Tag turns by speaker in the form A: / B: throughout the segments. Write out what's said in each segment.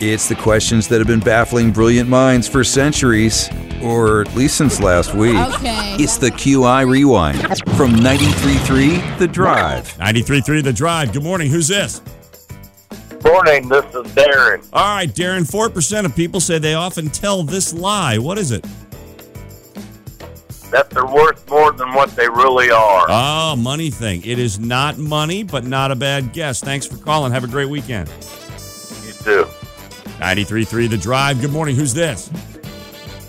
A: It's the questions that have been baffling brilliant minds for centuries, or at least since last week.
B: Okay.
A: It's the QI Rewind from 93.3 The Drive.
C: 93.3 The Drive. Good morning. Who's this?
D: Morning, this is Darren.
C: All right, Darren. 4% of people say they often tell this lie. What is it?
D: That they're worth more than what they really are.
C: Oh, money thing. It is not money, but not a bad guess. Thanks for calling. Have a great weekend.
D: you do.
C: 93.3 The Drive. Good morning. Who's this?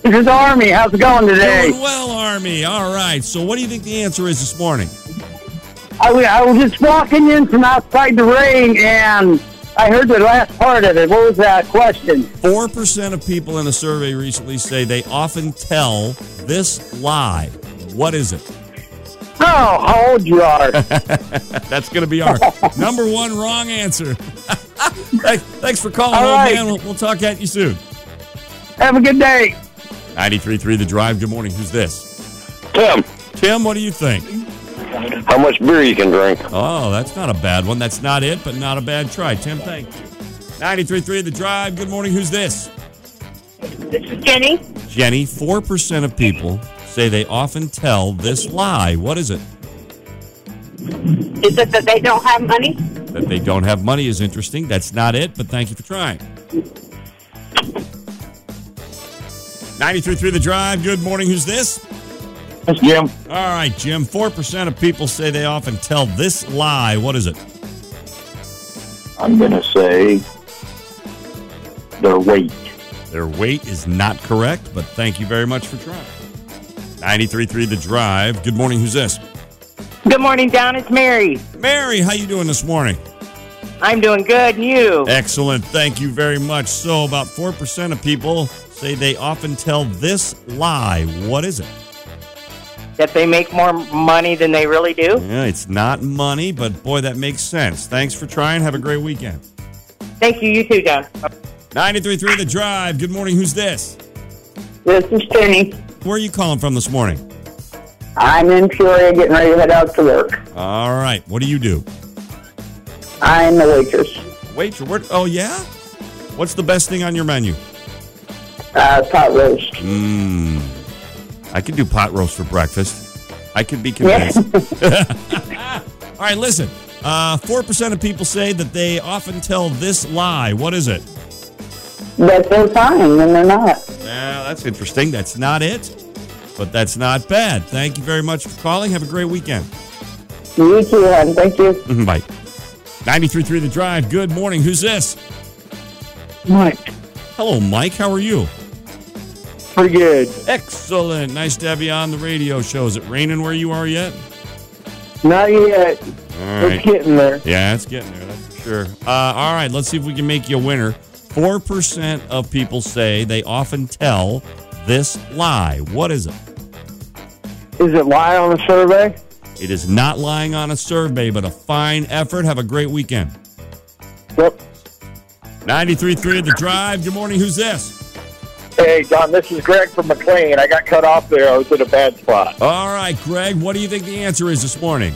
E: This is Army. How's it going today?
C: Doing well, Army. All right. So, what do you think the answer is this morning?
E: I, wa- I was just walking in from outside the ring, and I heard the last part of it. What was that question?
C: 4% of people in a survey recently say they often tell this lie. What is it?
E: Oh, how old you are?
C: That's going to be our number one wrong answer. Thank- Thanks for calling,
E: All
C: old
E: right.
C: man. We'll, we'll talk at you soon.
E: Have a good day.
C: 93.3 The Drive. Good morning. Who's this?
D: Tim,
C: Tim, what do you think?
D: how much beer you can drink?
C: Oh, that's not a bad one. That's not it, but not a bad try. Tim, thank you. 93.3 The Drive. Good morning. Who's this?
F: Jenny,
C: Jenny, 4% of people say they often tell this lie. What is it?
F: is it that they don't have money?
C: That they don't have money is interesting. That's not it, but thank you for trying. 93.3 The Drive. Good morning. Who's this?
D: That's Jim.
C: All right, Jim. 4% of people say they often tell this lie. What is it?
D: I'm going to say their weight.
C: Their weight is not correct, but thank you very much for trying. 93.3 The Drive. Good morning. Who's this?
G: Good morning, Don. It's Mary.
C: Mary, how you doing this morning?
G: I'm doing good. And you?
C: Excellent. Thank you very much. So, about 4% of people say they often tell this lie. What is it?
G: That they make more money than they really do?
C: Yeah, it's not money, but boy, that makes sense. Thanks for trying. Have a great weekend.
G: Thank you. You too, Don.
C: 93.3 The Drive. Good morning. Who's this?
E: This is Jenny.
C: Where are you calling from this morning?
E: I'm in Peoria getting ready to head out to work.
C: All right. What do you do?
E: I'm the waitress.
C: Wait, your word. Oh, yeah? What's the best thing on your menu?
E: Uh, pot roast.
C: Mmm. I could do pot roast for breakfast. I could be convinced. All right, listen. Uh, 4% of people say that they often tell this lie. What is it?
E: That they're fine and they're not.
C: Yeah, that's interesting. That's not it, but that's not bad. Thank you very much for calling. Have a great weekend.
E: You too, hon. Thank you.
C: Bye. 93.3 The Drive. Good morning. Who's this?
E: Mike.
C: Hello, Mike. How are you?
E: Pretty good.
C: Excellent. Nice to have you on the radio show. Is it raining where you are yet?
E: Not yet.
C: All right.
E: getting there.
C: Yeah, it's getting there, that's for sure. Uh, all right, let's see if we can make you a winner. 4% of people say they often tell this lie. What is it?
E: Is it lie on a survey?
C: It is not lying on a survey, but a fine effort. Have a great weekend.
E: Yep.
C: 93.3 of The Drive. Good morning. Who's this?
D: Hey, Don, this is Greg from McLean. I got cut off there. I was in a bad spot.
C: All right, Greg, what do you think the answer is this morning?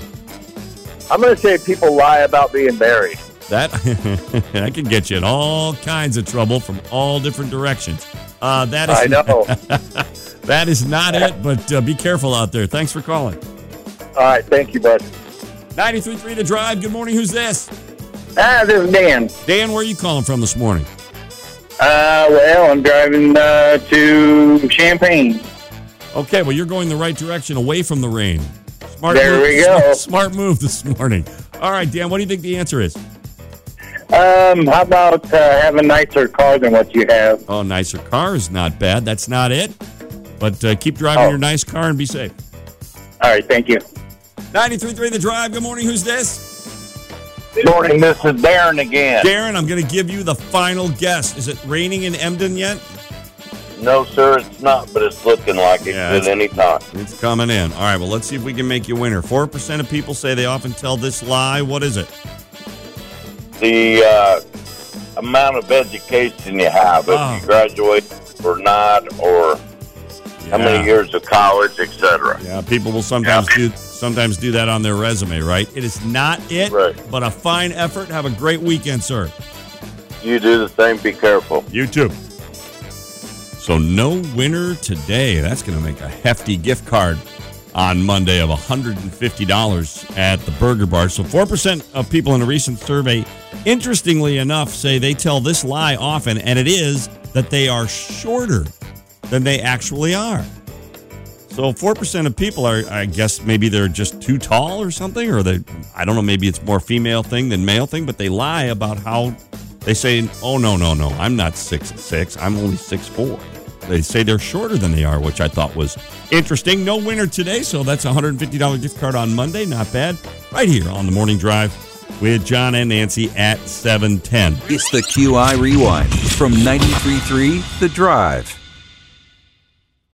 D: I'm going to say people lie about being buried.
C: That, that can get you in all kinds of trouble from all different directions. Uh, that is
D: I know. All
C: that is not it, but uh, be careful out there. Thanks for calling.
D: right, thank you, bud.
C: 93.3 The Drive. Good morning. Who's this?
E: Ah, this is Dan.
C: Dan, where are you calling from this morning?
E: Uh, well, I'm driving uh, to Champagne.
C: Okay, well, you're going the right direction away from the rain. Smart
E: There
C: move,
E: we go.
C: Smart, move this morning. All right, Dan, what do you think the answer is?
E: Um, how about uh, having a nicer car than what you have?
C: Oh, nicer car is not bad. That's not it. But uh, keep driving
E: Oh.
C: your nice car and be safe.
E: All right, thank you.
C: 93.3 The Drive. Good morning. Who's this?
D: Morning, this is Darren again.
C: Darren, I'm going to give you the final guess. Is it raining in Emden yet?
D: No, sir, it's not, but it's looking like it
C: Yeah,
D: could
C: it's-
D: any time.
C: It's coming in. All right, well, let's see if we can make you a winner. 4% of people say they often tell this lie. What is it?
D: The uh, amount of education you have, if
C: Oh.
D: you graduate or not, or how
C: Yeah.
D: many years of college, etc.
C: Yeah, people will sometimes do sometimes do that on their resume, right? It is not it,
D: Right.
C: but a fine effort. Have a great weekend, sir.
D: You do the same. Be careful.
C: You too. So no winner today. That's going to make a hefty gift card on Monday of $150 at the Burger Bar. So 4% of people in a recent survey, interestingly enough, say they tell this lie often, and it is that they are shorter than they actually are. So 4% of people are, I guess, maybe they're just too tall or something, or they, I don't know, maybe it's more female thing than male thing, but they lie about how they say, oh, no, no, no, I'm not six six, I'm only six four. They say they're shorter than they are, which I thought was interesting. No winner today, so that's a $150 gift card on Monday. Not bad. Right here on the morning drive with John and Nancy at 710.
A: It's the QI Rewind from 93.3 The Drive.